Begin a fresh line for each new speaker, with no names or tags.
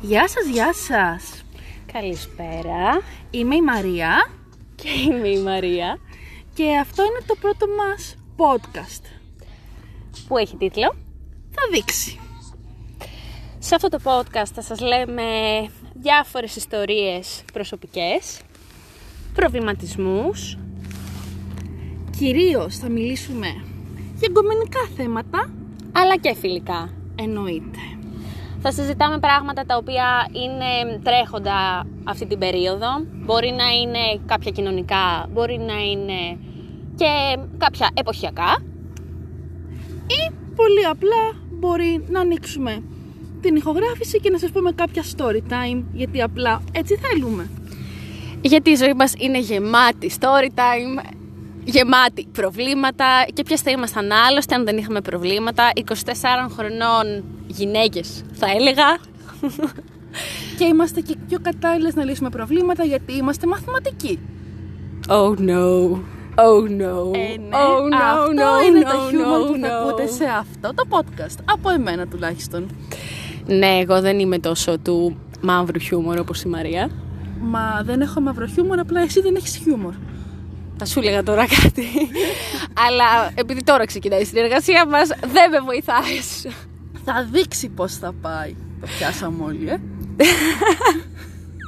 Γεια σας, γεια σας.
Καλησπέρα.
Είμαι η Μαρία
Και είμαι η Μαρία
και αυτό είναι το πρώτο μας podcast.
που έχει τίτλο.
Θα δείξει.
Σε αυτό το podcast θα σας λέμε διάφορες ιστορίες προσωπικές, προβληματισμούς,
Κυρίως θα μιλήσουμε για εγκομενικά θέματα,
αλλά και φιλικά.
εννοείται.
Θα συζητάμε πράγματα τα οποία είναι τρέχοντα αυτή την περίοδο. Μπορεί να είναι κάποια κοινωνικά, μπορεί να είναι και κάποια εποχιακά.
Ή πολύ απλά μπορεί να ανοίξουμε την ηχογράφηση και να σας πούμε κάποια story time, γιατί απλά έτσι θέλουμε.
Γιατί η ζωή μας είναι γεμάτη story time, γεμάτη προβλήματα και ποιες θα ήμασταν άλλωστε αν δεν είχαμε προβλήματα. 24 χρονών γυναίκες θα έλεγα.
Και είμαστε και πιο κατάλληλες να λύσουμε προβλήματα γιατί είμαστε μαθηματικοί.
Oh no. Oh no. oh no,
Ε, ναι. αυτό
no,
είναι
no,
το χιούμορ
no,
που θα
no.
ακούτε σε αυτό το podcast. Από εμένα τουλάχιστον.
Ναι, εγώ δεν είμαι τόσο του μαύρου χιούμορ όπως η Μαρία.
Μα δεν έχω μαύρο χιούμορ, απλά εσύ δεν έχεις χιούμορ.
Θα σου έλεγα τώρα κάτι. Αλλά επειδή τώρα ξεκινάει η συνεργασία μας, δεν με βοηθάς.
Θα δείξει πώς θα πάει. Το πιάσαμε όλοι, ε.